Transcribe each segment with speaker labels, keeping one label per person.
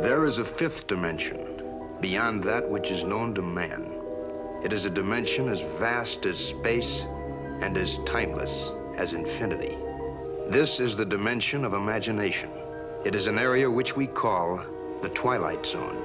Speaker 1: There is a fifth dimension beyond that which is known to man. It is a dimension as vast as space and as timeless as infinity. This is the dimension of imagination. It is an area which we call the Twilight Zone.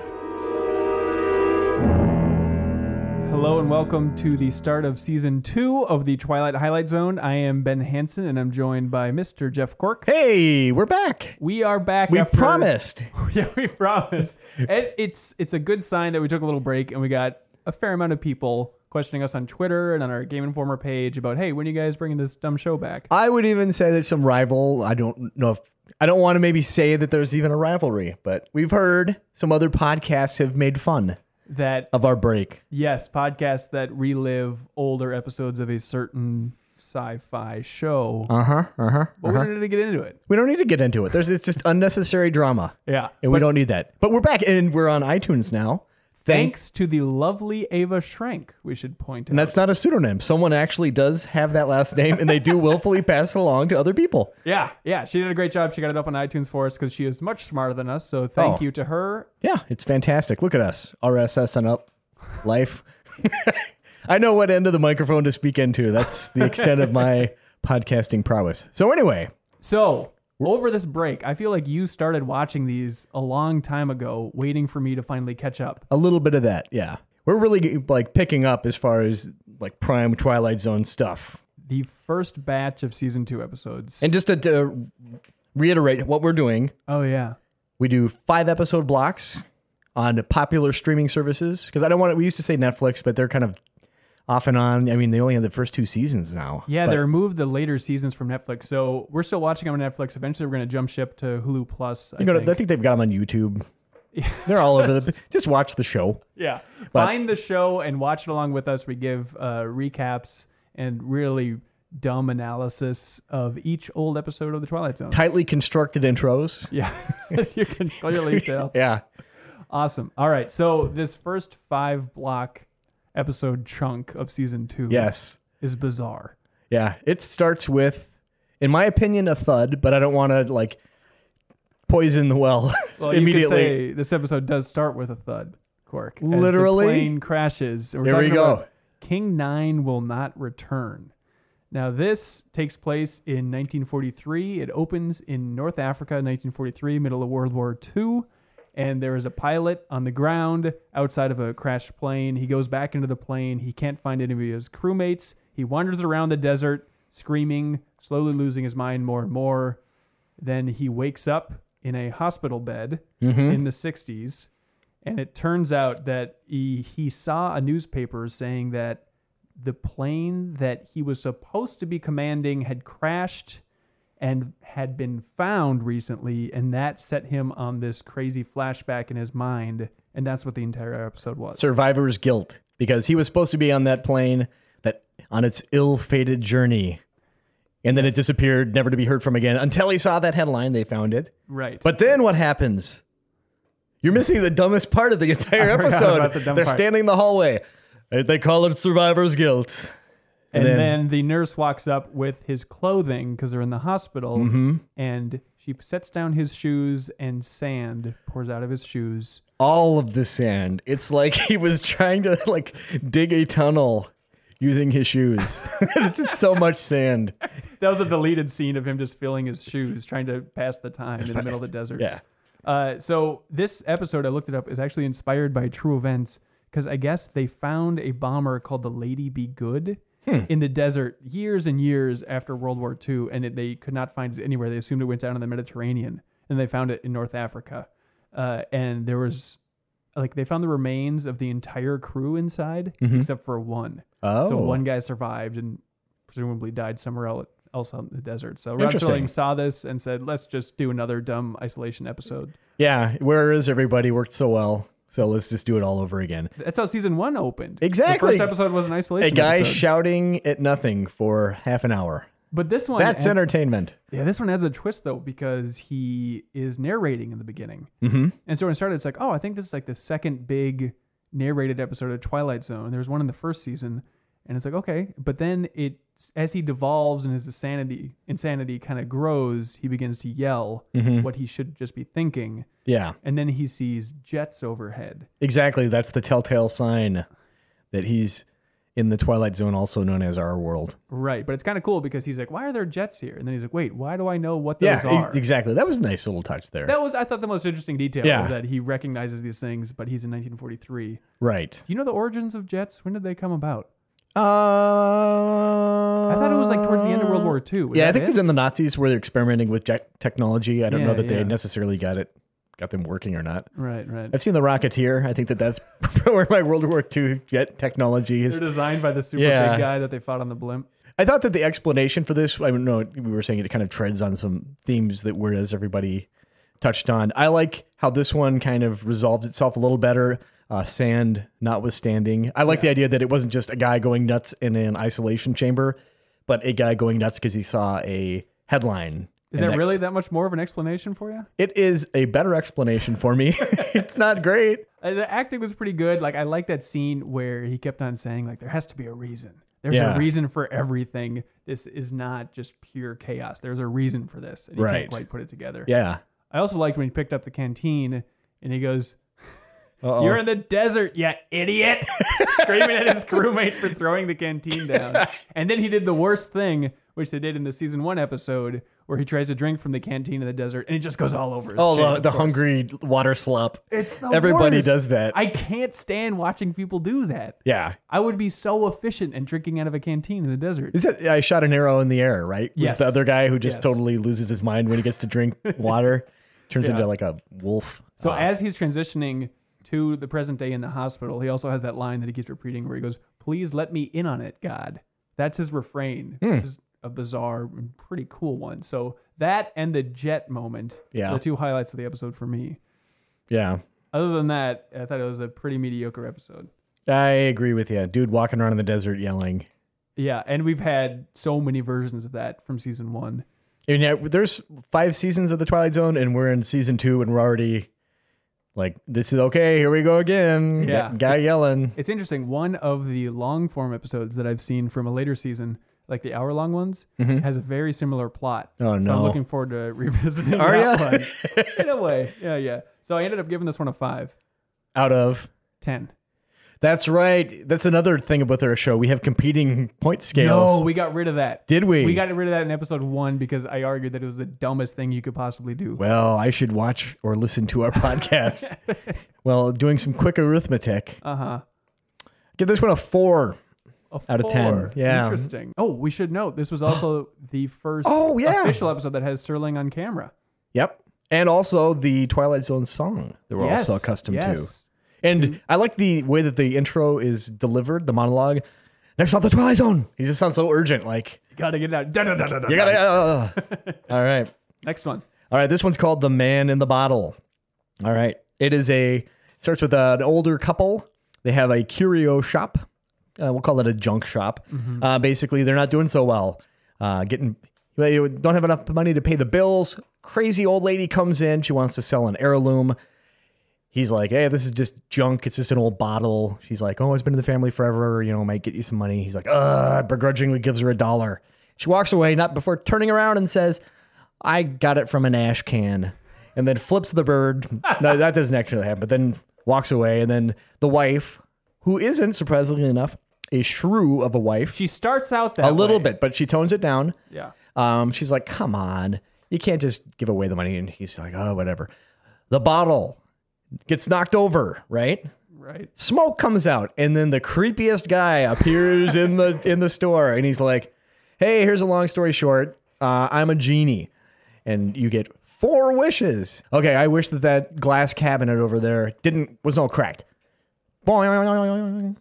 Speaker 2: Hello and welcome to the start of season two of the Twilight Highlight Zone. I am Ben Hansen and I'm joined by Mr. Jeff Cork.
Speaker 3: Hey, we're back.
Speaker 2: We are back.
Speaker 3: We
Speaker 2: after-
Speaker 3: promised.
Speaker 2: yeah, we promised. And it's it's a good sign that we took a little break and we got a fair amount of people questioning us on Twitter and on our Game Informer page about, hey, when are you guys bringing this dumb show back?
Speaker 3: I would even say that some rival. I don't know if I don't want to maybe say that there's even a rivalry, but we've heard some other podcasts have made fun
Speaker 2: That
Speaker 3: of our break.
Speaker 2: yes, podcasts that relive older episodes of a certain sci-fi show.
Speaker 3: Uh huh. Uh huh.
Speaker 2: but we're going to get into it.
Speaker 3: We don't need to get into it. There's it's just unnecessary drama,
Speaker 2: Yeah.
Speaker 3: and we don't need that. But we're back, and we're on iTunes now. Thanks.
Speaker 2: Thanks to the lovely Ava Schrank, we should point out.
Speaker 3: And that's not a pseudonym. Someone actually does have that last name, and they do willfully pass it along to other people.
Speaker 2: Yeah, yeah, she did a great job. She got it up on iTunes for us because she is much smarter than us. So thank
Speaker 3: Oh.
Speaker 2: you to her.
Speaker 3: Yeah, it's fantastic. Look at us. RSS and up. Life. I know what end of the microphone to speak into. That's the extent of my podcasting prowess. So anyway,
Speaker 2: So over this break, I feel like you started watching these a long time ago, waiting for me to finally catch up.
Speaker 3: a little bit of that, yeah. We're really like picking up as far as like prime Twilight Zone stuff.
Speaker 2: The first batch of season two episodes.
Speaker 3: And just to, to reiterate what we're doing,
Speaker 2: oh yeah,
Speaker 3: we do five episode blocks on popular streaming services because I don't want to. We used to say Netflix, but they're kind of off and on. I mean, they only have the first two seasons now.
Speaker 2: yeah.
Speaker 3: but-
Speaker 2: They removed the later seasons from Netflix, so we're still watching them on Netflix. Eventually, we're going to jump ship to Hulu Plus. I
Speaker 3: You know,
Speaker 2: think.
Speaker 3: I think they've got them on YouTube. They're all over the. Just watch the show.
Speaker 2: Yeah.
Speaker 3: But-
Speaker 2: Find the show and watch it along with us. We give uh, recaps and really dumb analysis of each old episode of The Twilight Zone.
Speaker 3: Tightly constructed intros.
Speaker 2: yeah. you can clearly tell.
Speaker 3: Yeah.
Speaker 2: Awesome. All right. So, this first five block episode chunk of season two
Speaker 3: Yes.
Speaker 2: is bizarre.
Speaker 3: Yeah. It starts with, in my opinion, a thud, but I don't want to like poison the well
Speaker 2: Well,
Speaker 3: immediately.
Speaker 2: You could say this episode does start with a thud, Cork. as the
Speaker 3: Literally?
Speaker 2: plane crashes. And we're
Speaker 3: Here we
Speaker 2: talking
Speaker 3: go.
Speaker 2: about King Nine will not return. Now, this takes place in 1943. It opens in North Africa, 1943, middle of World War II. And there is a pilot on the ground outside of a crashed plane. He goes back into the plane. He can't find any of his crewmates. He wanders around the desert, screaming, slowly losing his mind more and more. Then he wakes up in a hospital bed in the 60s. And it turns out that he, he saw a newspaper saying that the plane that he was supposed to be commanding had crashed and had been found recently. And that set him on this crazy flashback in his mind. And that's what the entire episode was.
Speaker 3: Survivor's guilt because he was supposed to be on that plane that on its ill-fated journey, and then it disappeared, never to be heard from again until he saw that headline. They found it.
Speaker 2: right.
Speaker 3: But then what happens? You're missing the dumbest part of the entire
Speaker 2: I forgot
Speaker 3: episode.
Speaker 2: about the dumb
Speaker 3: They're
Speaker 2: part.
Speaker 3: standing in the hallway. They- They call it survivor's guilt.
Speaker 2: and then,
Speaker 3: then-
Speaker 2: the nurse walks up with his clothing because they're in the hospital. And she sets down his shoes, and sand pours out of his shoes.
Speaker 3: All of the sand. It's like he was trying to like dig a tunnel using his shoes. it's just so much sand.
Speaker 2: That was a deleted scene of him just filling his shoes, trying to pass the time in the middle of the desert.
Speaker 3: Yeah.
Speaker 2: Uh, so this episode, I looked it up, is actually inspired by true events because I guess they found a bomber called the Lady Be Good in the desert years and years after World War II, and it, they could not find it anywhere. They assumed it went down in the Mediterranean, and they found it in North Africa. Uh, and there was like they found the remains of the entire crew inside except for one.
Speaker 3: Oh.
Speaker 2: So one guy survived and presumably died somewhere el- else out in the desert. So Rod
Speaker 3: Interesting.
Speaker 2: Serling saw this and said, let's just do another dumb isolation episode.
Speaker 3: Yeah. Where is everybody? Worked so well. So let's just do it all over again.
Speaker 2: That's how season one opened.
Speaker 3: Exactly.
Speaker 2: The first episode was an
Speaker 3: A
Speaker 2: isolation
Speaker 3: guy
Speaker 2: episode.
Speaker 3: shouting at nothing for half an hour.
Speaker 2: but this one,
Speaker 3: That's
Speaker 2: had-
Speaker 3: entertainment.
Speaker 2: yeah, this one has a twist though because he is narrating in the beginning,
Speaker 3: Mm-hmm.
Speaker 2: and so when it started, it's like, oh, I think this is like the second big narrated episode of Twilight Zone. There was one in the first season, And it's like, okay. But then it, as he devolves and his insanity, insanity kind of grows, he begins to yell
Speaker 3: Mm-hmm.
Speaker 2: what he should just be thinking.
Speaker 3: Yeah,
Speaker 2: And then he sees jets overhead.
Speaker 3: exactly. That's the telltale sign that he's in the Twilight Zone, also known as our world.
Speaker 2: Right. But it's kind of cool because he's like, why are there jets here? And then he's like, wait, why do I know what
Speaker 3: Yeah,
Speaker 2: those are?
Speaker 3: ex- exactly. That was a nice little touch there.
Speaker 2: That was, I thought, the most interesting detail
Speaker 3: Yeah.
Speaker 2: was that he recognizes these things, but he's in 1943. Do
Speaker 3: right.
Speaker 2: you know the origins of jets? When did they come about?
Speaker 3: Uh, I
Speaker 2: I thought it was like towards the end of World War II. Was
Speaker 3: Uh, yeah, I
Speaker 2: that
Speaker 3: think
Speaker 2: it?
Speaker 3: they're done the Nazis where they're experimenting with jet technology. I don't know
Speaker 2: Yeah,
Speaker 3: that
Speaker 2: yeah.
Speaker 3: they necessarily got it, got them working or not.
Speaker 2: Right, right.
Speaker 3: I've seen the Rocketeer. I think that that's where my World War II jet technology is.
Speaker 2: They're designed by the super
Speaker 3: Yeah.
Speaker 2: big guy that they fought on the blimp.
Speaker 3: I thought that the explanation for this, I don't know, we were saying it kind of treads on some themes that were, as everybody touched on. I like how this one kind of resolved itself a little better, uh, sand notwithstanding. I like the idea that it wasn't just a guy going nuts in an isolation chamber, but a guy going nuts because he saw a headline.
Speaker 2: Is
Speaker 3: And
Speaker 2: that, really that much more of an explanation for you?
Speaker 3: It is a better explanation for me. it's not great.
Speaker 2: Uh, The acting was pretty good. Like I like that scene where he kept on saying like there has to be a reason. There's
Speaker 3: Yeah.
Speaker 2: a reason for everything. This is not just pure chaos. There's a reason for this, and he
Speaker 3: Right.
Speaker 2: can't quite put it together.
Speaker 3: Yeah.
Speaker 2: I also liked when he picked up the canteen and he goes,
Speaker 3: Uh-oh.
Speaker 2: "You're in the desert, you idiot!" screaming at his crewmate for throwing the canteen down. And then he did the worst thing, which they did in the season one episode, where he tries to drink from the canteen in the desert and it just goes all over. His
Speaker 3: Oh,
Speaker 2: chin,
Speaker 3: the,
Speaker 2: of
Speaker 3: the
Speaker 2: course.
Speaker 3: hungry water slop.
Speaker 2: It's the
Speaker 3: Everybody
Speaker 2: worst.
Speaker 3: does that.
Speaker 2: I can't stand watching people do that.
Speaker 3: yeah.
Speaker 2: I would be so efficient at drinking out of a canteen in the desert.
Speaker 3: Is it? I shot an arrow in the air, right? Was
Speaker 2: Yes.
Speaker 3: the other guy who just
Speaker 2: Yes.
Speaker 3: totally loses his mind when he gets to drink water, turns into like a wolf. Ah.
Speaker 2: So as he's transitioning to the present day in the hospital, he also has that line that he keeps repeating where he goes, "Please let me in on it, God." That's his refrain, which is a bizarre and pretty cool one. So that and the jet moment,
Speaker 3: Yeah.
Speaker 2: are the two highlights of the episode for me.
Speaker 3: yeah,
Speaker 2: Other than that, I thought it was a pretty mediocre episode.
Speaker 3: I agree with you, dude. Walking around in the desert yelling.
Speaker 2: Yeah, and we've had so many versions of that from season one.
Speaker 3: I mean, yeah, there's five seasons of the Twilight Zone, and we're in season two, and we're already like, this is okay. Here we go again.
Speaker 2: Yeah.
Speaker 3: That guy yelling.
Speaker 2: It's interesting. One of the long form episodes that I've seen from a later season, like the hour long ones, has a very similar plot.
Speaker 3: Mm-hmm. Oh,
Speaker 2: so
Speaker 3: no.
Speaker 2: I'm looking forward to revisiting
Speaker 3: Are
Speaker 2: that
Speaker 3: ya?
Speaker 2: one. In a way, yeah, yeah. So I ended up giving this one a five,
Speaker 3: Out of.
Speaker 2: ten.
Speaker 3: That's right. That's another thing about our show. We have competing point scales.
Speaker 2: No, we got rid of that.
Speaker 3: Did we?
Speaker 2: We got rid of that in episode one because I argued that it was the dumbest thing you could possibly do.
Speaker 3: Well, I should watch or listen to our podcast. well, doing some quick arithmetic.
Speaker 2: Uh huh.
Speaker 3: Give this one a four.
Speaker 2: A
Speaker 3: Out of
Speaker 2: four.
Speaker 3: 10, yeah.
Speaker 2: Interesting. Oh, we should note this was also the first
Speaker 3: Oh, yeah.
Speaker 2: official episode that has Sterling on camera.
Speaker 3: Yep. And also the Twilight Zone song that we're
Speaker 2: Yes,
Speaker 3: all so accustomed
Speaker 2: yes.
Speaker 3: to. And I like the way that the intro is delivered, the monologue. Next off the Twilight Zone. He just sounds so urgent. Like,
Speaker 2: Gotta get out. Da, da, da, da, da,
Speaker 3: you gotta. uh, all right.
Speaker 2: Next one.
Speaker 3: All right. This one's called The Man in the Bottle. All right. It is a, starts with an older couple. They have a curio shop. Uh, we'll call it a junk shop. Uh, basically, they're not doing so well. Uh, getting, they don't have enough money to pay the bills. Crazy old lady comes in. She wants to sell an heirloom. He's like, hey, this is just junk. It's just an old bottle. She's like, oh, it's been in the family forever. You know, might get you some money. He's like, uh, begrudgingly gives her a dollar. She walks away, not before turning around and says, I got it from an ash can. And then flips the bird. no, that doesn't actually happen, but then walks away. And then the wife, who isn't, surprisingly enough, a shrew of a wife,
Speaker 2: She starts out that
Speaker 3: a little
Speaker 2: way.
Speaker 3: bit, but she tones it down.
Speaker 2: Yeah.
Speaker 3: Um, she's like, come on, you can't just give away the money. And he's like, oh, whatever. The bottle gets knocked over, right?
Speaker 2: Right.
Speaker 3: Smoke comes out, and then the creepiest guy appears in the in the store, and he's like, "Hey, here's a long story short. Uh, I'm a genie, and you get four wishes. Okay, I wish that that glass cabinet over there didn't was all cracked. Boing.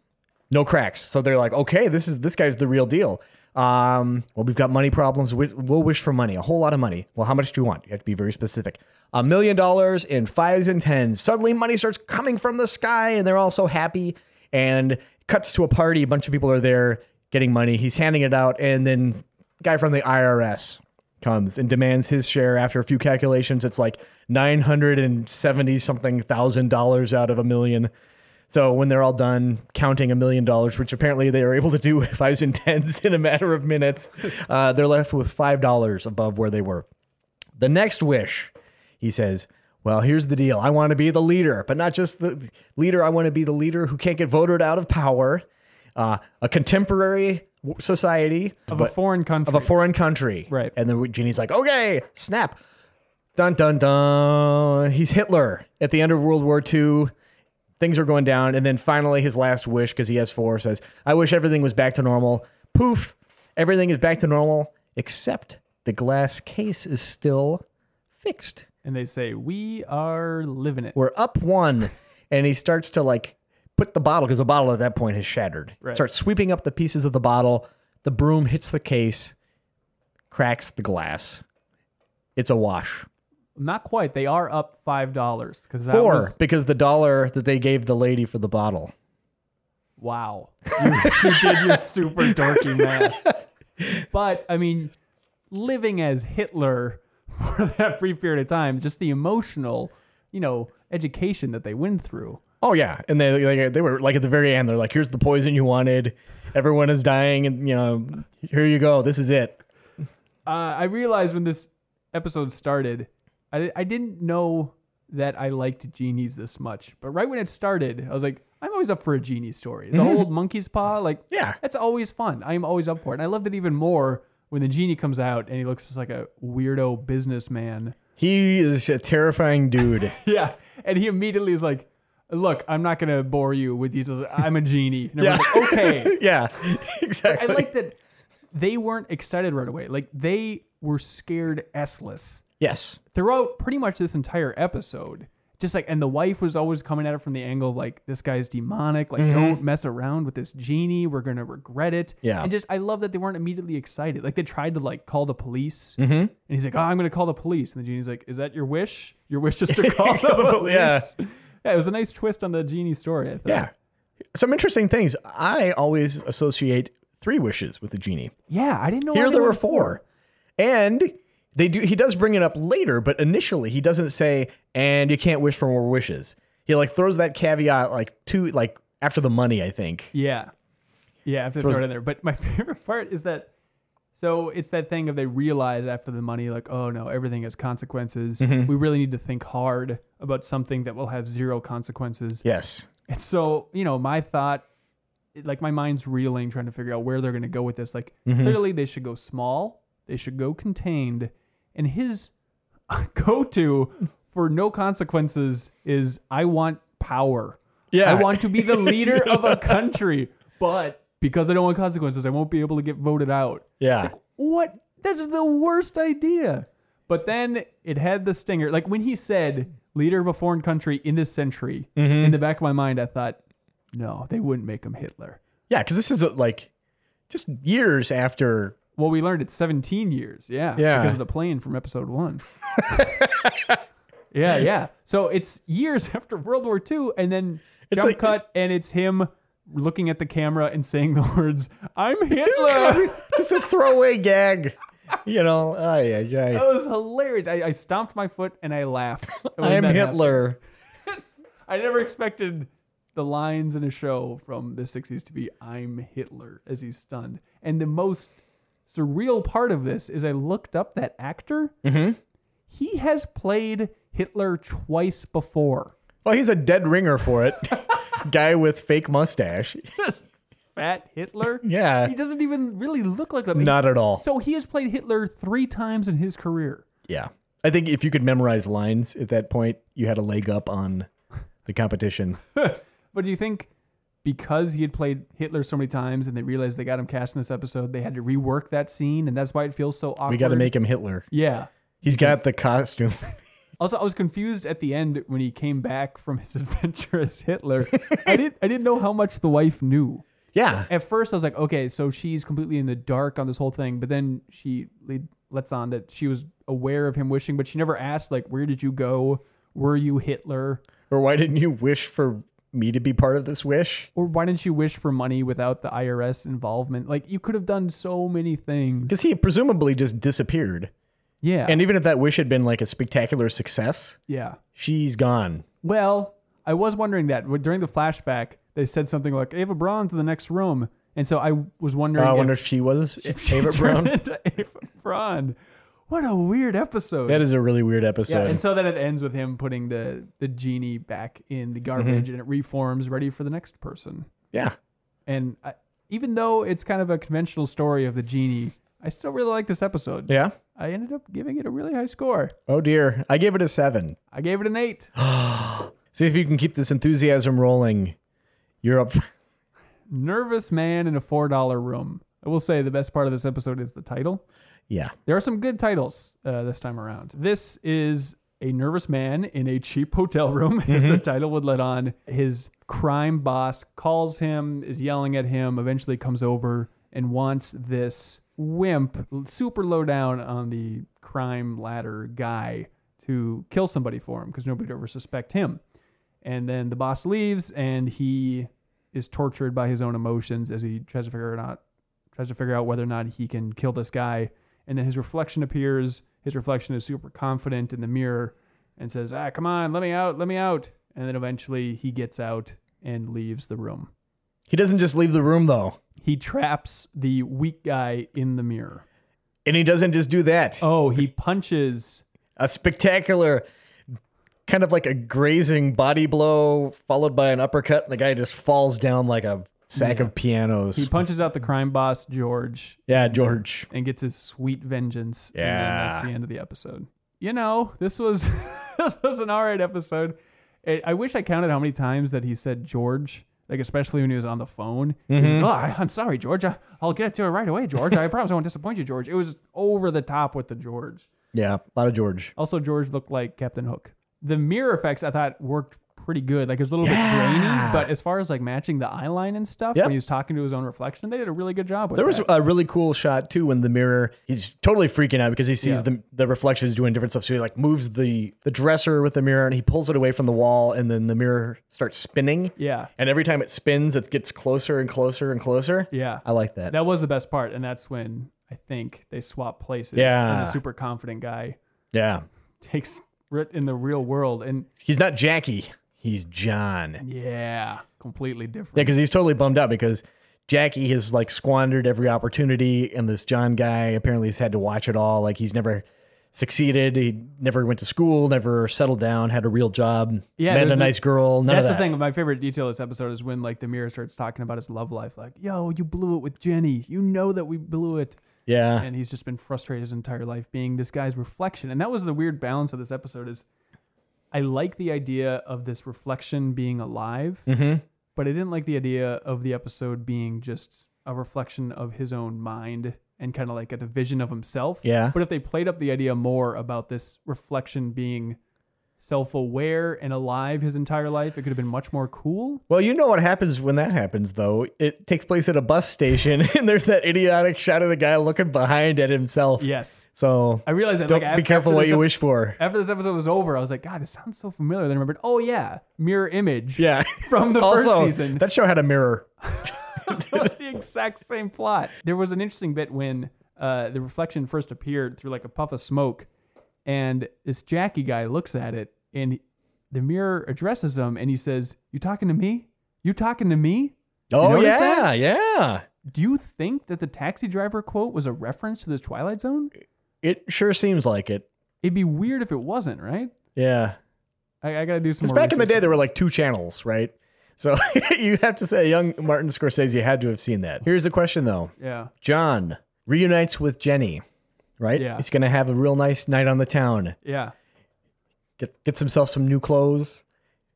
Speaker 3: No cracks. So they're like, okay, this is this guy's the real deal. Um, well, we've got money problems. We- We'll wish for money, a whole lot of money. Well, how much do you want? You have to be very specific. A million dollars in fives and tens. Suddenly, money starts coming from the sky, and they're all so happy. And cuts to a party. A bunch of people are there getting money. He's handing it out, and then guy from the IRS comes and demands his share after a few calculations. It's like 970 something thousand dollars out of a million. So when they're all done counting a million dollars, which apparently they are able to do if I was in tens in a matter of minutes, uh, they're left with five dollars above where they were. The next wish, he says, well, here's the deal. I want to be the leader, but not just the leader. I want to be the leader who can't get voted out of power. Uh, a contemporary w- society
Speaker 2: of
Speaker 3: but-
Speaker 2: a foreign country.
Speaker 3: of a foreign country.
Speaker 2: Right.
Speaker 3: And then Genie's like, okay, snap. Dun, dun, dun. He's Hitler at the end of World War II. Things are going down. And then finally, his last wish, because he has four, says, I wish everything was back to normal. Poof. Everything is back to normal, except the glass case is still fixed.
Speaker 2: and they say we are living it.
Speaker 3: We're up one. and he starts to like put the bottle, because the bottle at that point has shattered.
Speaker 2: Right.
Speaker 3: Starts sweeping up the pieces of the bottle. The broom hits the case, cracks the glass. It's a wash.
Speaker 2: Not quite. They are up five dollars because that
Speaker 3: Four,
Speaker 2: was
Speaker 3: because the dollar that they gave the lady for the bottle.
Speaker 2: wow. You, you did your super dorky math. But I mean, living as Hitler for that brief period of time, just the emotional, you know, education that they went through.
Speaker 3: Oh yeah, and they they, they were like at the very end. They're like, "Here's the poison you wanted. Everyone is dying, and you know, here you go. This is it."
Speaker 2: uh, I realized when this episode started, I, I didn't know that I liked genies this much. But right when it started, I was like, I'm always up for a genie story. The old monkey's paw, like,
Speaker 3: Yeah.
Speaker 2: that's always fun. I am always up for it. And I loved it even more when the genie comes out and he looks just like a weirdo businessman.
Speaker 3: He is a terrifying dude.
Speaker 2: Yeah. And he immediately is like, Look, I'm not going to bore you with details. I'm a genie. And everyone's like, okay.
Speaker 3: yeah,
Speaker 2: I
Speaker 3: exactly.
Speaker 2: like that they weren't excited right away. Like, they were scared S-less.
Speaker 3: yes,
Speaker 2: throughout pretty much this entire episode. Just like, and the wife was always coming at it from the angle of like, this guy's demonic. Like,
Speaker 3: Mm-hmm.
Speaker 2: don't mess around with this genie. We're going to regret it.
Speaker 3: Yeah.
Speaker 2: And just, I love that they weren't immediately excited. Like, they tried to like call the police. Mm-hmm. And he's like, oh, I'm going to call the police. And the genie's like, is that your wish? Your wish is to call the police?
Speaker 3: Yeah.
Speaker 2: Yeah, it was a nice twist on the genie story, I thought.
Speaker 3: yeah. Some interesting things. I always associate three wishes with the genie.
Speaker 2: Yeah, I didn't know.
Speaker 3: Here
Speaker 2: why they
Speaker 3: there were
Speaker 2: went
Speaker 3: four. And they do he does bring it up later, but initially he doesn't say, and you can't wish for more wishes. He like throws that caveat like to like after the money, I think.
Speaker 2: Yeah. Yeah, I have to throw it in there. But my favorite part is that so it's that thing of they realize after the money, like, oh no, everything has consequences. We really need to think hard about something that will have zero consequences.
Speaker 3: Yes.
Speaker 2: And so, you know, my thought like my mind's reeling trying to figure out where they're gonna go with this. Like clearly they should go small, they should go contained. And his go to for no consequences is I want power.
Speaker 3: Yeah.
Speaker 2: I want to be the leader of a country, but because I don't want consequences, I won't be able to get voted out.
Speaker 3: Yeah.
Speaker 2: What? That's the worst idea. But then it had the stinger. Like when he said leader of a foreign country in this century, in the back of my mind, I thought, no, they wouldn't make him Hitler.
Speaker 3: Yeah, because this is uh, like just years after
Speaker 2: Well, we learned it's 17 years. Yeah.
Speaker 3: Yeah.
Speaker 2: Because of the plane from episode one. yeah, yeah. So it's years after World War II, and then jump
Speaker 3: like-
Speaker 2: cut, and it's him looking at the camera and saying the words, I'm Hitler.
Speaker 3: just a throwaway gag. You know, oh yeah,
Speaker 2: that
Speaker 3: yeah.
Speaker 2: was hilarious. I, I stomped my foot and I laughed. when
Speaker 3: I'm
Speaker 2: that
Speaker 3: Hitler.
Speaker 2: happened. I never expected the lines in a show from the 60s to be, I'm Hitler, as he's stunned. And the most surreal part of this is I looked up that actor.
Speaker 3: Mm-hmm.
Speaker 2: He has played Hitler twice before.
Speaker 3: Well, he's a dead ringer for it. Guy with fake mustache.
Speaker 2: Just fat Hitler.
Speaker 3: Yeah.
Speaker 2: He doesn't even really look like them.
Speaker 3: Not at all.
Speaker 2: so he has played Hitler three times in his career.
Speaker 3: Yeah. I think if you could memorize lines at that point, you had a leg up on the competition.
Speaker 2: But do you think because he had played Hitler so many times and they realized they got him cast in this episode, they had to rework that scene and that's why it feels so awkward?
Speaker 3: We got to make him Hitler.
Speaker 2: Yeah.
Speaker 3: He's got the costume.
Speaker 2: Also, I was confused at the end when he came back from his adventure as Hitler. I didn't I didn't know how much the wife knew.
Speaker 3: Yeah.
Speaker 2: At first, I was like, okay, so she's completely in the dark on this whole thing. But then she lead, lets on that she was aware of him wishing, but she never asked, like, where did you go? Were you Hitler?
Speaker 3: Or why didn't you wish for me to be part of this wish?
Speaker 2: Or why didn't you wish for money without the IRS involvement? Like, you could have done so many things.
Speaker 3: Because he presumably just disappeared.
Speaker 2: Yeah.
Speaker 3: And even if that wish had been like a spectacular success,
Speaker 2: yeah.
Speaker 3: she's gone.
Speaker 2: Well, I was wondering that When- during the flashback, they said something like Ava Braun to the next room, and so I was
Speaker 3: Oh,
Speaker 2: wondering.
Speaker 3: I
Speaker 2: if
Speaker 3: wonder if she was
Speaker 2: she
Speaker 3: Ava
Speaker 2: turned
Speaker 3: Braun.
Speaker 2: into Ava Braun. What a weird episode.
Speaker 3: That is a really weird episode.
Speaker 2: yeah, and so then it ends with him putting the the genie back in the garbage,
Speaker 3: Mm-hmm.
Speaker 2: and it reforms, ready for the next person.
Speaker 3: yeah.
Speaker 2: And I, even though it's kind of a conventional story of the genie, I still really like this episode.
Speaker 3: Yeah.
Speaker 2: I ended up giving it a really high score.
Speaker 3: Oh dear. I gave it a seven.
Speaker 2: I gave it an eight.
Speaker 3: See if you can keep this enthusiasm rolling. You're up.
Speaker 2: Nervous man in a four dollar room. I will say the best part of this episode is the title.
Speaker 3: Yeah.
Speaker 2: There are some good titles uh, this time around. This is a nervous man in a cheap hotel room, as the title would let on. His crime boss calls him, is yelling at him, eventually comes over and wants this wimp, super low down on the crime ladder guy, to kill somebody for him because nobody would ever suspect him. And then the boss leaves, and he is tortured by his own emotions as he tries to figure it out tries to figure out whether or not he can kill this guy. And then his reflection appears. His reflection is super confident in the mirror and says, Ah, come on, let me out, let me out. And then eventually he gets out and leaves the room.
Speaker 3: He doesn't just leave the room though.
Speaker 2: He traps the weak guy in the mirror.
Speaker 3: And he doesn't just do that.
Speaker 2: Oh, he punches.
Speaker 3: A spectacular kind of like a grazing body blow followed by an uppercut and the guy just falls down like a sack of pianos.
Speaker 2: He punches out the crime boss, George,
Speaker 3: yeah, George.
Speaker 2: and gets his sweet vengeance. And then that's
Speaker 3: Yeah.
Speaker 2: the end of the episode. You know, this was this was an alright episode. It, I wish I counted how many times that he said George, like especially when he was on the phone. He
Speaker 3: Mm-hmm.
Speaker 2: was, "Oh, I, am sorry, George. I, I'll get to it right away, George. I promise I won't disappoint you, George. It was over the top with the George.
Speaker 3: Yeah, a lot of George.
Speaker 2: Also, George looked like Captain Hook. The mirror effects I thought worked pretty good. Like it was a little
Speaker 3: Yeah.
Speaker 2: bit grainy, but as far as like matching the eye line and stuff,
Speaker 3: Yep.
Speaker 2: when he was talking to his own reflection, they did a really good job with
Speaker 3: There
Speaker 2: that.
Speaker 3: was a really cool shot too when the mirror he's totally freaking out because he sees
Speaker 2: Yeah.
Speaker 3: the the reflections doing different stuff. So he like moves the the dresser with the mirror and he pulls it away from the wall and then the mirror starts spinning.
Speaker 2: yeah.
Speaker 3: And every time it spins, it gets closer and closer and closer.
Speaker 2: Yeah.
Speaker 3: I like that.
Speaker 2: That was the best part, and that's when I think they swap places. and
Speaker 3: Yeah.
Speaker 2: the super confident guy
Speaker 3: Yeah.
Speaker 2: takes it in the real world, and
Speaker 3: He's not Jackie. He's John.
Speaker 2: yeah, completely different.
Speaker 3: Yeah, because he's totally bummed out because Jackie has like squandered every opportunity, and this John guy apparently has had to watch it all. Like he's never succeeded. He never went to school, never settled down, had a real job,
Speaker 2: Yeah,
Speaker 3: met
Speaker 2: there's the-
Speaker 3: a nice girl. None
Speaker 2: that's
Speaker 3: of
Speaker 2: the
Speaker 3: that.
Speaker 2: thing. My favorite detail of this episode is when like the mirror starts talking about his love life, like, "Yo, you blew it with Jenny. You know that we blew it."
Speaker 3: Yeah,
Speaker 2: and he's just been frustrated his entire life being this guy's reflection and that was the weird balance of this episode is i like the idea of this reflection being alive
Speaker 3: Mm-hmm.
Speaker 2: but i didn't like the idea of the episode being just a reflection of his own mind and kind of like a division of himself
Speaker 3: Yeah.
Speaker 2: but if they played up the idea more about this reflection being self-aware and alive his entire life it could have been much more cool
Speaker 3: Well, you know what happens when that happens, though. It takes place at a bus station, and there's that idiotic shot of the guy looking behind at himself.
Speaker 2: yes
Speaker 3: So
Speaker 2: i realize that
Speaker 3: don't
Speaker 2: like, af-
Speaker 3: be careful
Speaker 2: after
Speaker 3: what
Speaker 2: this
Speaker 3: you
Speaker 2: ep-
Speaker 3: wish for.
Speaker 2: after this episode was over, I was like, God, this sounds so familiar. Then I remembered, oh yeah, mirror image
Speaker 3: Yeah.
Speaker 2: from the
Speaker 3: also,
Speaker 2: first season.
Speaker 3: that show had a mirror.
Speaker 2: it was the exact same plot. There was an interesting bit when uh, the reflection first appeared through like a puff of smoke, and this Jackie guy looks at it, and the mirror addresses him, and he says, "You talking to me? You talking to me?"
Speaker 3: Oh
Speaker 2: notice
Speaker 3: yeah,
Speaker 2: that?
Speaker 3: yeah.
Speaker 2: Do you think that the taxi driver quote was a reference to the Twilight Zone?
Speaker 3: It sure seems like it.
Speaker 2: It'd be weird if it wasn't, right?
Speaker 3: Yeah.
Speaker 2: I, I gotta do some.
Speaker 3: Because
Speaker 2: more
Speaker 3: back in the
Speaker 2: research.
Speaker 3: day, there were like two channels, right? So you have to say, young Martin Scorsese had to have seen that. Here's the question, though
Speaker 2: yeah,
Speaker 3: John reunites with Jenny, right?
Speaker 2: Yeah.
Speaker 3: He's going to have a real nice night on the town,
Speaker 2: yeah.
Speaker 3: Get, gets himself some new clothes,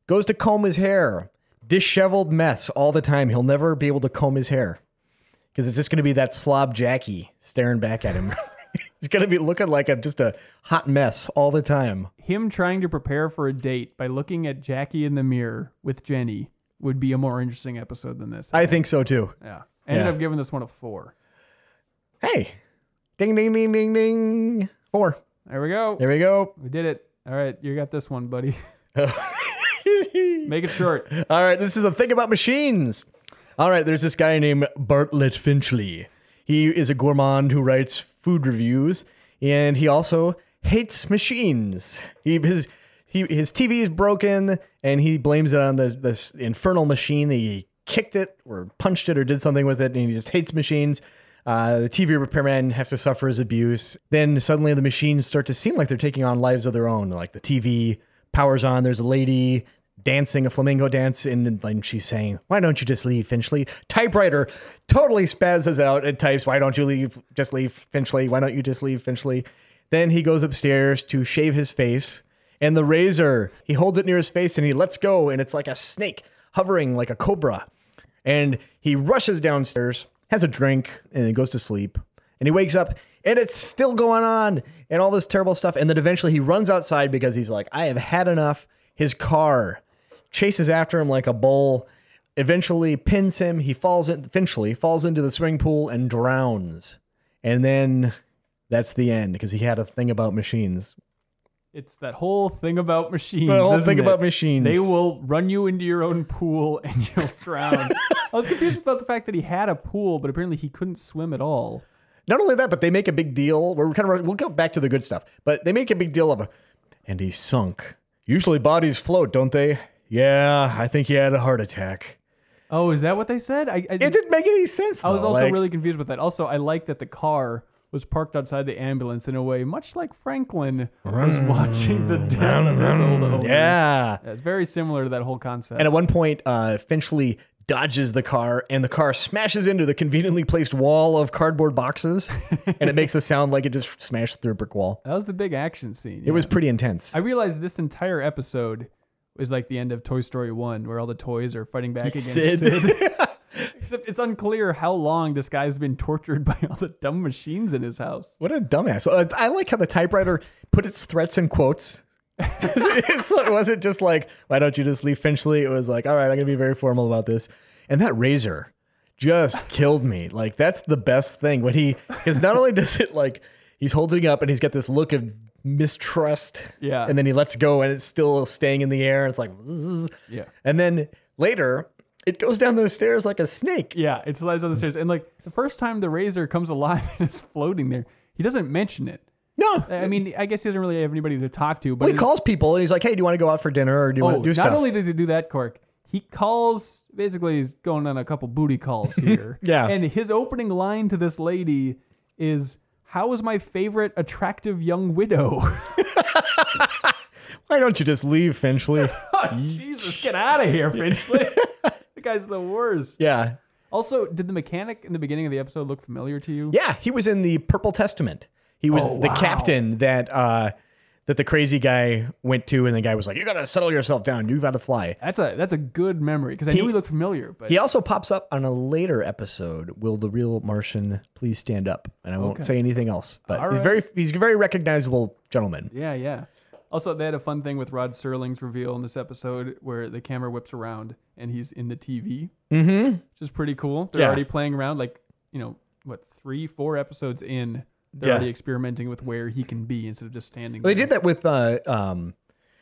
Speaker 3: goes to comb his hair. Disheveled mess all the time. He'll never be able to comb his hair because it's just going to be that slob Jackie staring back at him. He's going to be looking like a, just a hot mess all the time.
Speaker 2: him trying to prepare for a date by looking at Jackie in the mirror with Jenny would be a more interesting episode than this.
Speaker 3: I think so too.
Speaker 2: yeah. Ended
Speaker 3: Yeah.
Speaker 2: up giving this one a four.
Speaker 3: Hey, ding, ding, ding, ding, ding. Four.
Speaker 2: There we go.
Speaker 3: There we go.
Speaker 2: We did it. All right. You got this one, buddy.
Speaker 3: All
Speaker 2: Make it short.
Speaker 3: right, this is a thing about machines. All right, there's this guy named Bartlett Finchley. He is a gourmand who writes food reviews, and he also hates machines. He his he his TV is broken, and he blames it on the, this infernal machine. He kicked it or punched it or did something with it, and he just hates machines. Uh, the TV repairman has to suffer his abuse. Then suddenly the machines start to seem like they're taking on lives of their own. Like the TV powers on. There's a lady dancing a flamingo dance, and then she's saying, "Why don't you just leave, Finchley?" Typewriter totally spazzes out and types, "Why don't you leave? Just leave, Finchley. Why don't you just leave, Finchley?" Then he goes upstairs to shave his face, and the razor he holds it near his face and he lets go, and it's like a snake hovering like a cobra. And he rushes downstairs, has a drink, and then goes to sleep. And he wakes up and it's still going on and all this terrible stuff. And then eventually he runs outside because he's like, I have had enough. His car chases after him like a bull, eventually pins him. He falls in, eventually falls into the swimming pool and drowns. And then that's the end because he had a thing about machines.
Speaker 2: It's that whole thing about machines.
Speaker 3: The whole
Speaker 2: isn't
Speaker 3: thing
Speaker 2: it?
Speaker 3: about machines.
Speaker 2: They will run you into your own pool and you'll drown. I was confused about the fact that he had a pool, but apparently he couldn't swim at all.
Speaker 3: Not only that, but they make a big deal. We're kind of we'll go back to the good stuff, but they make a big deal of, and he sunk. Usually bodies float, don't they? Yeah, I think he had a heart attack.
Speaker 2: Oh, is that what they said? I, I,
Speaker 3: It didn't make any sense.
Speaker 2: I was
Speaker 3: though,
Speaker 2: also
Speaker 3: like-
Speaker 2: really confused with that. Also, I like that the car was parked outside the ambulance in a way much like Franklin was watching the death of his old owner.
Speaker 3: Mm. yeah.
Speaker 2: Yeah, It's very similar to that whole concept.
Speaker 3: And at one point, uh, Finchley dodges the car, and the car smashes into the conveniently placed wall of cardboard boxes, and it makes a sound like it just smashed through a brick wall.
Speaker 2: that was the big action scene.
Speaker 3: It was pretty intense.
Speaker 2: I realized this entire episode is like the end of Toy Story 1, where all the toys are fighting back against Sid. Except it's unclear how long this guy's been tortured by all the dumb machines in his house.
Speaker 3: What a dumbass. Uh, I like how the typewriter put its threats in quotes. It's- it wasn't just like, why don't you just leave Finchley? It was like, all right, I'm going to be very formal about this. And that razor just killed me. Like, that's the best thing. When he, because not only does it, like, he's holding up and he's got this look of mistrust.
Speaker 2: Yeah.
Speaker 3: And then he lets go and it's still staying in the air. It's like, "Ugh."
Speaker 2: Yeah.
Speaker 3: and then later, it goes down those stairs like a snake.
Speaker 2: Yeah, it slides down the stairs. And like the first time the razor comes alive and is floating there, he doesn't mention it.
Speaker 3: No.
Speaker 2: I mean, I guess he doesn't really have anybody to talk to, but
Speaker 3: He
Speaker 2: it-
Speaker 3: calls people and he's like, hey, do you want to go out for dinner or do you
Speaker 2: oh,
Speaker 3: want to do
Speaker 2: not
Speaker 3: stuff?
Speaker 2: only does he do that, Cork, he calls basically he's going on a couple booty calls here.
Speaker 3: Yeah.
Speaker 2: And his opening line to this lady is how is my favorite attractive young widow?
Speaker 3: Why don't you just leave, Finchley?
Speaker 2: Oh, Jesus, get out of here, Finchley. the guy's the worst.
Speaker 3: yeah.
Speaker 2: Also, did the mechanic in the beginning of the episode look familiar to you?
Speaker 3: Yeah, he was in the Purple Testament. He was
Speaker 2: Oh,
Speaker 3: the
Speaker 2: wow.
Speaker 3: captain that uh that the crazy guy went to and the guy was like, You gotta settle yourself down, you gotta fly.
Speaker 2: That's a that's a good memory because I knew he looked familiar, but
Speaker 3: He also pops up on a later episode, Will the Real Martian Please Stand Up? And I won't say anything else. But
Speaker 2: All
Speaker 3: he's
Speaker 2: right.
Speaker 3: very he's a very recognizable gentleman.
Speaker 2: Yeah, yeah. Also, they had a fun thing with Rod Serling's reveal in this episode where the camera whips around and he's in the TV, mm-hmm. which is pretty cool. They're
Speaker 3: Yeah.
Speaker 2: already playing around, like, you know, what, three, four episodes in, they're
Speaker 3: Yeah.
Speaker 2: already experimenting with where he can be instead of just standing
Speaker 3: They
Speaker 2: there.
Speaker 3: did that with uh um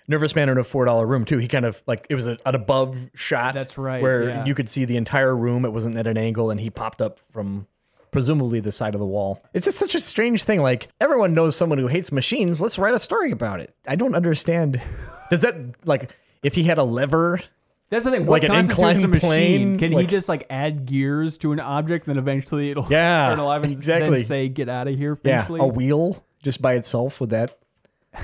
Speaker 3: Nervous Man in a four dollar room too. He kind of like it was a, an above shot.
Speaker 2: That's right,
Speaker 3: Where
Speaker 2: yeah.
Speaker 3: you could see the entire room. It wasn't at an angle, and he popped up from presumably the side of the wall. It's just such a strange thing. Like everyone knows someone who hates machines. Let's write a story about it. I don't understand. Does that like if he had a lever?
Speaker 2: That's the thing. What
Speaker 3: Like an
Speaker 2: constitutes a
Speaker 3: inclined
Speaker 2: machine?
Speaker 3: plane,
Speaker 2: can he
Speaker 3: like-
Speaker 2: just like add gears to an object, and then eventually it'll
Speaker 3: Yeah,
Speaker 2: turn alive and
Speaker 3: exactly.
Speaker 2: then say, "Get out of here!"
Speaker 3: Yeah,
Speaker 2: Finchley?
Speaker 3: a wheel just by itself with that.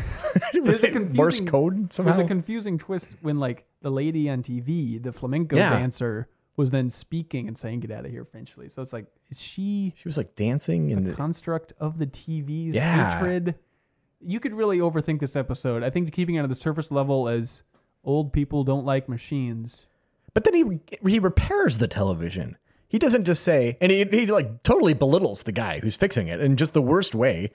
Speaker 2: There's a
Speaker 3: Morse
Speaker 2: confusing-
Speaker 3: code somehow.
Speaker 2: There's a confusing twist when like the lady on TV, the flamenco
Speaker 3: Yeah.
Speaker 2: dancer, was then speaking and saying, "Get out of here, Finchley." So it's like, is she
Speaker 3: she was like dancing
Speaker 2: a
Speaker 3: and
Speaker 2: construct of the TV's
Speaker 3: Yeah.
Speaker 2: hatred? You could really overthink this episode. I think keeping it on the surface level as old people don't like machines.
Speaker 3: But then he he repairs the television. He doesn't just say, and he, he like totally belittles the guy who's fixing it in just the worst way.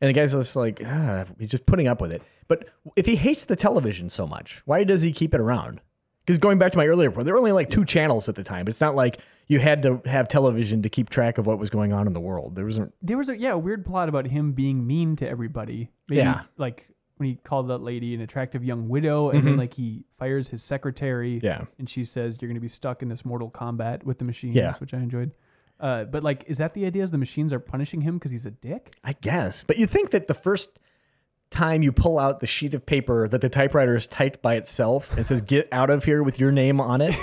Speaker 3: And the guy's just like, ah, he's just putting up with it. But if he hates the television so much, why does he keep it around? Because going back to my earlier point, there were only like two channels at the time. It's not like you had to have television to keep track of what was going on in the world. There wasn't.
Speaker 2: There was a yeah, a weird plot about him being mean to everybody. Maybe
Speaker 3: Yeah.
Speaker 2: like when he called that lady an attractive young widow and then like he fires his secretary.
Speaker 3: Mm-hmm. Yeah.
Speaker 2: and she says you're going to be stuck in this mortal combat with the machines,
Speaker 3: Yeah.
Speaker 2: which I enjoyed. Uh, but like, is that the idea? Is the machines are punishing him because he's a dick?
Speaker 3: I guess. But you think that the first time you pull out the sheet of paper that the typewriter is typed by itself and says "Get out of here" with your name on it,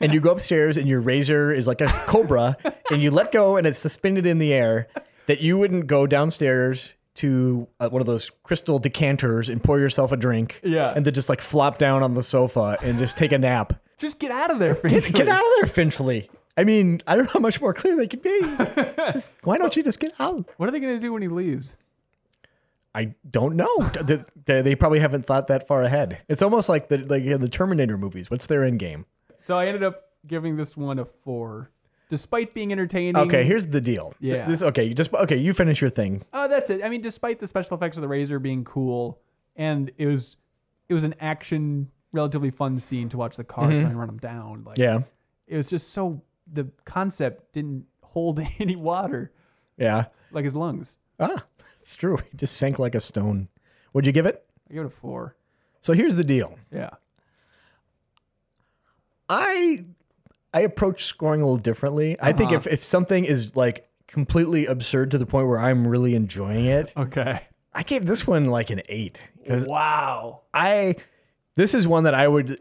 Speaker 3: and you go upstairs and your razor is like a cobra, and you let go and it's suspended in the air, that you wouldn't go downstairs to uh, one of those crystal decanters and pour yourself a drink,
Speaker 2: Yeah.
Speaker 3: and then just like flop down on the sofa and just take a nap.
Speaker 2: Just get out of there, Finchley.
Speaker 3: Get out of there, Finchley. I mean, I don't know how much more clear they could be. Just, why don't you just get out?
Speaker 2: What are they going to do when he leaves?
Speaker 3: I don't know. Th- th- they probably haven't thought that far ahead. It's almost like the like in the Terminator movies. What's their end game?
Speaker 2: So I ended up giving this one a four, despite being entertaining.
Speaker 3: Okay, here's the deal. Th-
Speaker 2: Yeah.
Speaker 3: This okay. You just okay. You finish your thing.
Speaker 2: Oh, that's it. I mean, despite the special effects of the razor being cool, and it was, it was an action, relatively fun scene to watch the car try and run him down. Like,
Speaker 3: Yeah.
Speaker 2: it was just so the concept didn't hold any water,
Speaker 3: Yeah.
Speaker 2: like his lungs.
Speaker 3: Ah, it's true. He just sank like a stone. Would you give it?
Speaker 2: I give it a four.
Speaker 3: So here's the deal.
Speaker 2: Yeah.
Speaker 3: I I approach scoring a little differently. I
Speaker 2: Uh-huh.
Speaker 3: think if if something is like completely absurd to the point where I'm really enjoying it,
Speaker 2: Okay.
Speaker 3: I gave this one like an eight because
Speaker 2: Wow.
Speaker 3: I this is one that I would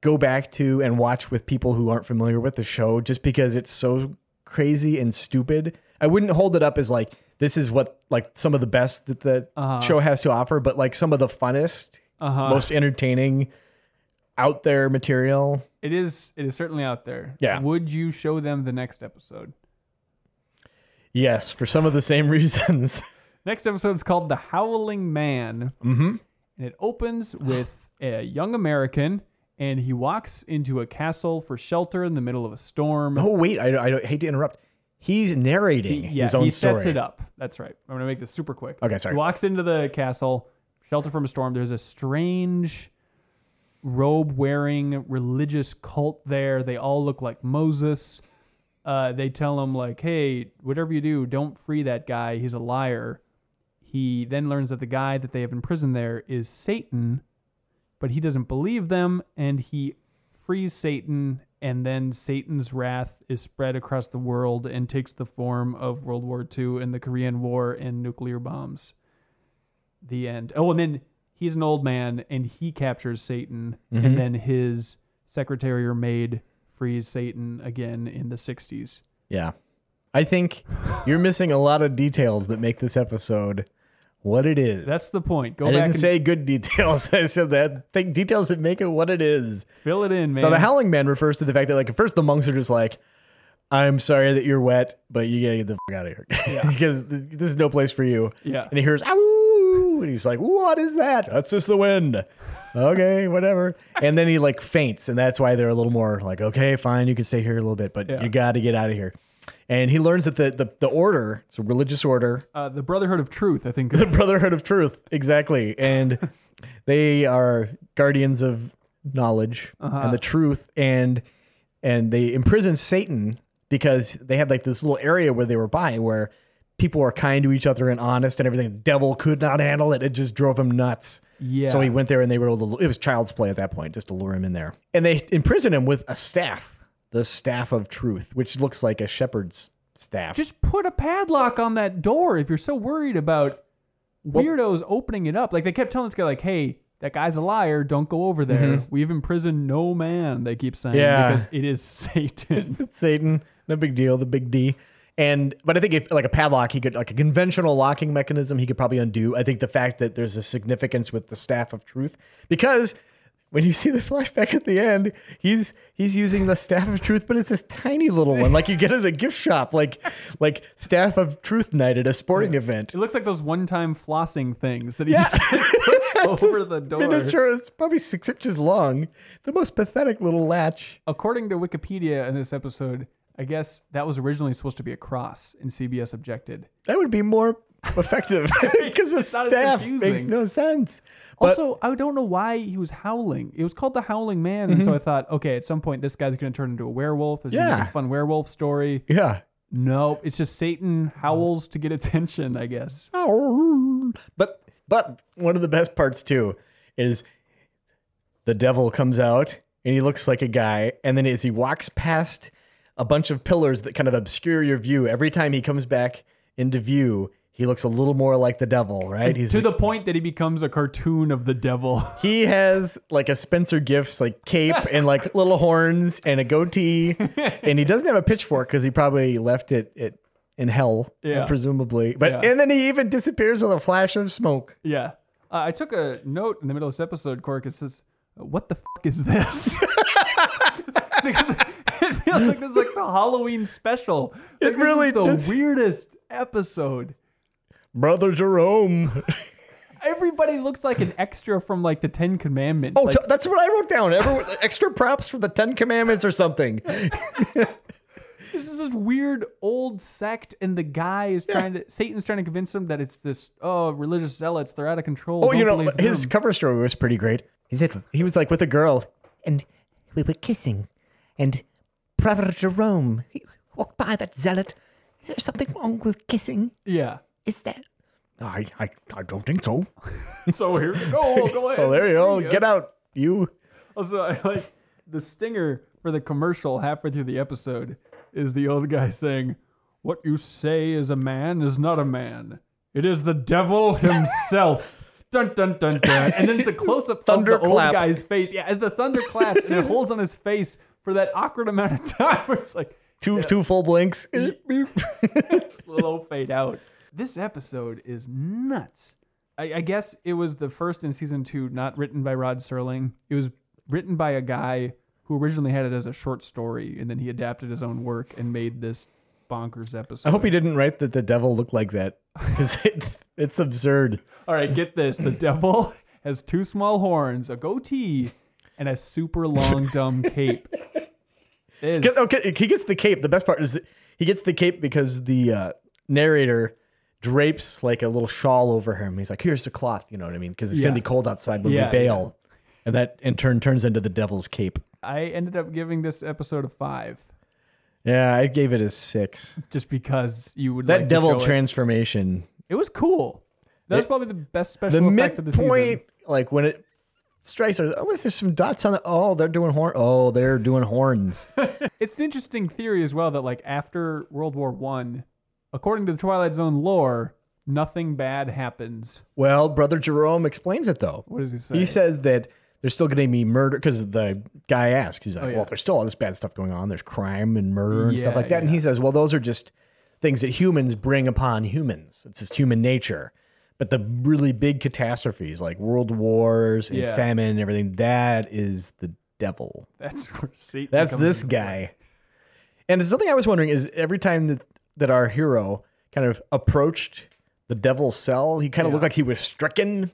Speaker 3: go back to and watch with people who aren't familiar with the show just because it's so crazy and stupid. I wouldn't hold it up as like this is what like some of the best that the show has to offer, but like some of the funnest,
Speaker 2: Uh-huh.
Speaker 3: most entertaining out there material.
Speaker 2: It is. It is certainly out there.
Speaker 3: Yeah.
Speaker 2: Would you show them the next episode?
Speaker 3: Yes, for some of the same reasons.
Speaker 2: Next episode is called The Howling Man. Mm-hmm. And it opens with a young American, and he walks into a castle for shelter in the middle of a storm.
Speaker 3: oh wait, I, I hate to interrupt. He's narrating
Speaker 2: yeah,
Speaker 3: his own
Speaker 2: he
Speaker 3: story.
Speaker 2: sets it up. That's right. I'm going to make this super quick.
Speaker 3: Okay, sorry.
Speaker 2: He walks into the castle, shelter from a storm. There's a strange robe wearing religious cult there. They all look like Moses. Uh, they tell him, like, hey, whatever you do, don't free that guy. He's a liar. He then learns that the guy that they have in prison there is Satan, but he doesn't believe them and he frees Satan. And then Satan's wrath is spread across the world and takes the form of World War II and the Korean War and nuclear bombs. The end. Oh, and then he's an old man and he captures Satan.
Speaker 3: Mm-hmm.
Speaker 2: And then his secretary or maid frees Satan again in the 60s.
Speaker 3: Yeah. I think you're missing a lot of details that make this episode what it is.
Speaker 2: That's the point. Go
Speaker 3: I
Speaker 2: back
Speaker 3: didn't
Speaker 2: and
Speaker 3: say good details. I said that think details that make it what it is.
Speaker 2: fill it in, man.
Speaker 3: So the Howling Man refers to the fact that like at first the monks are just like, "I'm sorry that you're wet, but you gotta get the fuck out of here because th- this is no place for you."
Speaker 2: Yeah.
Speaker 3: and he hears "ow," and he's like, "What is that? That's just the wind." okay, whatever. And then he like faints, and that's why they're a little more like, "Okay, fine, you can stay here a little bit, but
Speaker 2: Yeah.
Speaker 3: you got to get out of here." And he learns that the the, the order, it's a religious order,
Speaker 2: uh, the Brotherhood of Truth, I think.
Speaker 3: the Brotherhood of Truth, exactly. And they are guardians of knowledge and the truth, and and they imprison Satan because they had like this little area where they were by where people are kind to each other and honest and everything. The devil could not handle it; it just drove him nuts.
Speaker 2: Yeah.
Speaker 3: So he went there, and they were able to. It was child's play at that point, just to lure him in there, and they imprison him with a staff, the staff of truth, which looks like a shepherd's staff.
Speaker 2: just put a padlock on that door if you're so worried about weirdos opening it up. Like they kept telling this guy, like, "Hey, that guy's a liar. Don't go over there. We've imprisoned no man." They keep saying
Speaker 3: Mm-hmm. Yeah.
Speaker 2: because it is Satan.
Speaker 3: It's Satan. No big deal. The big D. And but I think if like a padlock, he could like a conventional locking mechanism, he could probably undo. I think the fact that there's a significance with the staff of truth because when you see the flashback at the end, he's he's using the staff of truth, but it's this tiny little one, like you get at a gift shop, like like staff of truth night at a sporting event.
Speaker 2: it looks like those one-time flossing things that he
Speaker 3: Yeah.
Speaker 2: just puts
Speaker 3: It's
Speaker 2: over
Speaker 3: this
Speaker 2: the door.
Speaker 3: Miniature. It's probably six inches long. The most pathetic little latch.
Speaker 2: According to Wikipedia in this episode, I guess that was originally supposed to be a cross, and CBS objected.
Speaker 3: That would be more effective because the
Speaker 2: It's not as
Speaker 3: staff makes
Speaker 2: confusing.
Speaker 3: no sense. But
Speaker 2: also, I don't know why he was howling. It was called the Howling Man, and so I thought, okay, at some point this guy's going to turn into a werewolf. There's going to be
Speaker 3: Mm-hmm. Yeah.
Speaker 2: some fun werewolf story.
Speaker 3: yeah.
Speaker 2: No, it's just Satan howls to get attention, I guess. Oh.
Speaker 3: But but one of the best parts too is the devil comes out and he looks like a guy and then as he walks past a bunch of pillars that kind of obscure your view every time he comes back into view He looks a little more like the devil, right? He's
Speaker 2: to the point that he becomes a cartoon of the devil.
Speaker 3: he has like a Spencer Gifts like cape and like little horns and a goatee, and he doesn't have a pitchfork because he probably left it it in hell,
Speaker 2: Yeah.
Speaker 3: presumably. But
Speaker 2: Yeah.
Speaker 3: and then he even disappears with a flash of smoke.
Speaker 2: yeah. Uh, I took a note in the middle of this episode, Cork. It says, "What the fuck is this?" because it feels like this is like the Halloween special. Like,
Speaker 3: It
Speaker 2: this is
Speaker 3: really
Speaker 2: the
Speaker 3: does.
Speaker 2: weirdest episode.
Speaker 3: Brother Jerome.
Speaker 2: Everybody looks like an extra from like the Ten Commandments.
Speaker 3: Oh,
Speaker 2: like,
Speaker 3: t- that's what I wrote down. Everyone, extra props for the Ten Commandments or something.
Speaker 2: this is this weird old sect, and the guy is trying to Satan's trying to convince him that it's this oh religious zealots. They're out of control.
Speaker 3: Oh, you
Speaker 2: don't
Speaker 3: know,
Speaker 2: believe
Speaker 3: his
Speaker 2: them.
Speaker 3: cover story was pretty great. He said he was like with a girl,
Speaker 4: and we were kissing, and Brother Jerome he walked by that zealot. Is there something wrong with kissing?
Speaker 2: yeah.
Speaker 4: Is there?
Speaker 3: I, I, I don't think so.
Speaker 2: So here you go. We'll go ahead.
Speaker 3: So there you go.
Speaker 2: Yeah.
Speaker 3: Get out, you.
Speaker 2: Also, I like the stinger for the commercial halfway through the episode is the old guy saying, "What you say is a man is not a man. It is the devil himself." Dun dun dun dun. And then it's a close up of the old
Speaker 3: Thunderclap.
Speaker 2: guy's face. Yeah, as the thunder claps and it holds on his face for that awkward amount of time where it's like
Speaker 3: Two, two full blinks.
Speaker 2: slow fade out. This episode is nuts. I, I guess it was the first in season two, not written by Rod Serling. It was written by a guy who originally had it as a short story, and then he adapted his own work and made this bonkers episode.
Speaker 3: I hope he didn't write that the devil looked like that. 'Cause it, it's absurd.
Speaker 2: All right, get this: the devil has two small horns, a goatee, and a super long dumb cape. It is-
Speaker 3: Get- okay, he gets the cape. The best part is that he gets the cape because the uh, narrator drapes like a little shawl over him. He's like, "Here's the cloth," you know what I mean? Because it's
Speaker 2: Yeah.
Speaker 3: gonna be cold outside when
Speaker 2: Yeah,
Speaker 3: we bail, and that in turn turns into the devil's cape.
Speaker 2: I ended up giving this episode a five,
Speaker 3: Yeah, I gave it a six.
Speaker 2: just because you would
Speaker 3: That
Speaker 2: like to
Speaker 3: devil
Speaker 2: show it.
Speaker 3: transformation,
Speaker 2: It was cool. That was probably the best
Speaker 3: the
Speaker 2: special effect of the season.
Speaker 3: midpoint, like when it strikes, oh, wait, there's some dots on the. Oh, they're doing horn. Oh, they're doing horns.
Speaker 2: It's an interesting theory as well that like after World War One, according to the Twilight Zone lore, nothing bad happens.
Speaker 3: well, brother Jerome explains it though.
Speaker 2: What does he say?
Speaker 3: He says that there's still going to be murder because the guy asks, he's like,
Speaker 2: Oh, yeah.
Speaker 3: well, there's still all this bad stuff going on. There's crime and murder and stuff
Speaker 2: Yeah,
Speaker 3: like that. And
Speaker 2: yeah.
Speaker 3: he says, well, those are just things that humans bring upon humans. It's just human nature. But the really big catastrophes like world wars and
Speaker 2: Yeah.
Speaker 3: famine and everything, that is the devil.
Speaker 2: that's where Satan.
Speaker 3: That's
Speaker 2: comes
Speaker 3: this
Speaker 2: in.
Speaker 3: guy. And something I was wondering is every time that, that our hero kind of approached the devil's cell, he kind of looked like he was stricken.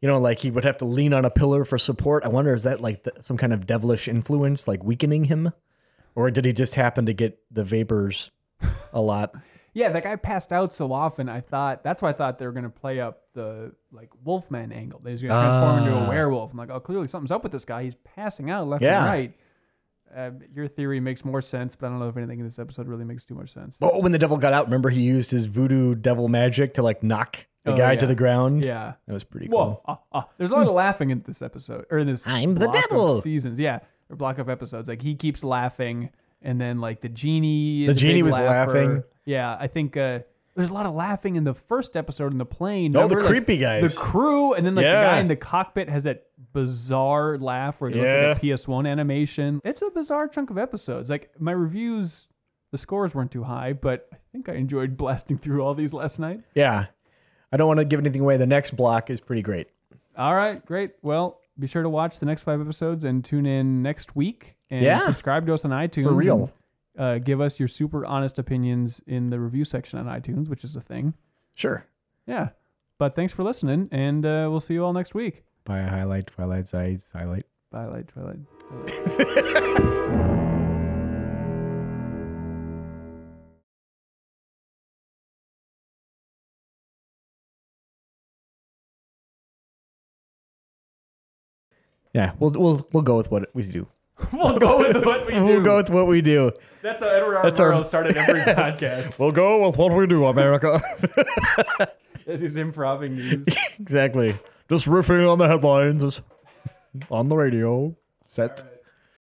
Speaker 3: You know, like he would have to lean on a pillar for support. I wonder, is that like the, some kind of devilish influence, like weakening him? Or did he just happen to get the vapors a lot?
Speaker 2: Yeah, that guy passed out so often. I thought that's why I thought they were gonna play up the like Wolfman angle. They was gonna transform into a werewolf. I'm like, oh, clearly something's up with this guy. He's passing out left and
Speaker 3: Yeah.
Speaker 2: right. Uh, your theory makes more sense, but I don't know if anything in this episode really makes too much sense.
Speaker 3: Oh, when the devil got out, remember he used his voodoo devil magic to like knock the guy to
Speaker 2: Oh, yeah.
Speaker 3: the ground?
Speaker 2: Yeah.
Speaker 3: That was pretty cool.
Speaker 2: Whoa! ah, ah. There's a lot of laughing in this episode, or in this.
Speaker 4: I'm the
Speaker 2: block of
Speaker 4: devil.
Speaker 2: Seasons, yeah, or block of episodes. Like he keeps laughing, and then like the genie. Is
Speaker 3: The
Speaker 2: a
Speaker 3: genie
Speaker 2: big
Speaker 3: was
Speaker 2: laugher.
Speaker 3: laughing.
Speaker 2: Yeah, I think uh, there's a lot of laughing in the first episode in the plane.
Speaker 3: Oh, the
Speaker 2: Remember, like,
Speaker 3: creepy guys.
Speaker 2: the crew, and then like the guy
Speaker 3: Yeah.
Speaker 2: in the cockpit has that bizarre laugh where it
Speaker 3: Yeah.
Speaker 2: looks like a PS1 animation. It's a bizarre chunk of episodes. Like my reviews, the scores weren't too high, but I think I enjoyed blasting through all these last night.
Speaker 3: Yeah. I don't want to give anything away. The next block is pretty great.
Speaker 2: All right, great. Well, be sure to watch the next five episodes and tune in next week. And
Speaker 3: Yeah.
Speaker 2: subscribe to us on iTunes.
Speaker 3: For real.
Speaker 2: and, uh, give us your super honest opinions in the review section on iTunes, which is a thing.
Speaker 3: Sure.
Speaker 2: Yeah. But thanks for listening, and uh, we'll see you all next week.
Speaker 3: By highlight, twilight, side, highlight.
Speaker 2: Bye, Light Twilight.
Speaker 3: Yeah, we'll we'll we'll go with what we do.
Speaker 2: we'll go with what we do.
Speaker 3: We'll go with what we do.
Speaker 2: That's how Edward R.
Speaker 3: That's our-
Speaker 2: Murrow started every podcast.
Speaker 3: We'll go with what we do, America.
Speaker 2: As he's improving news.
Speaker 3: exactly. Just riffing on the headlines, just on the radio set.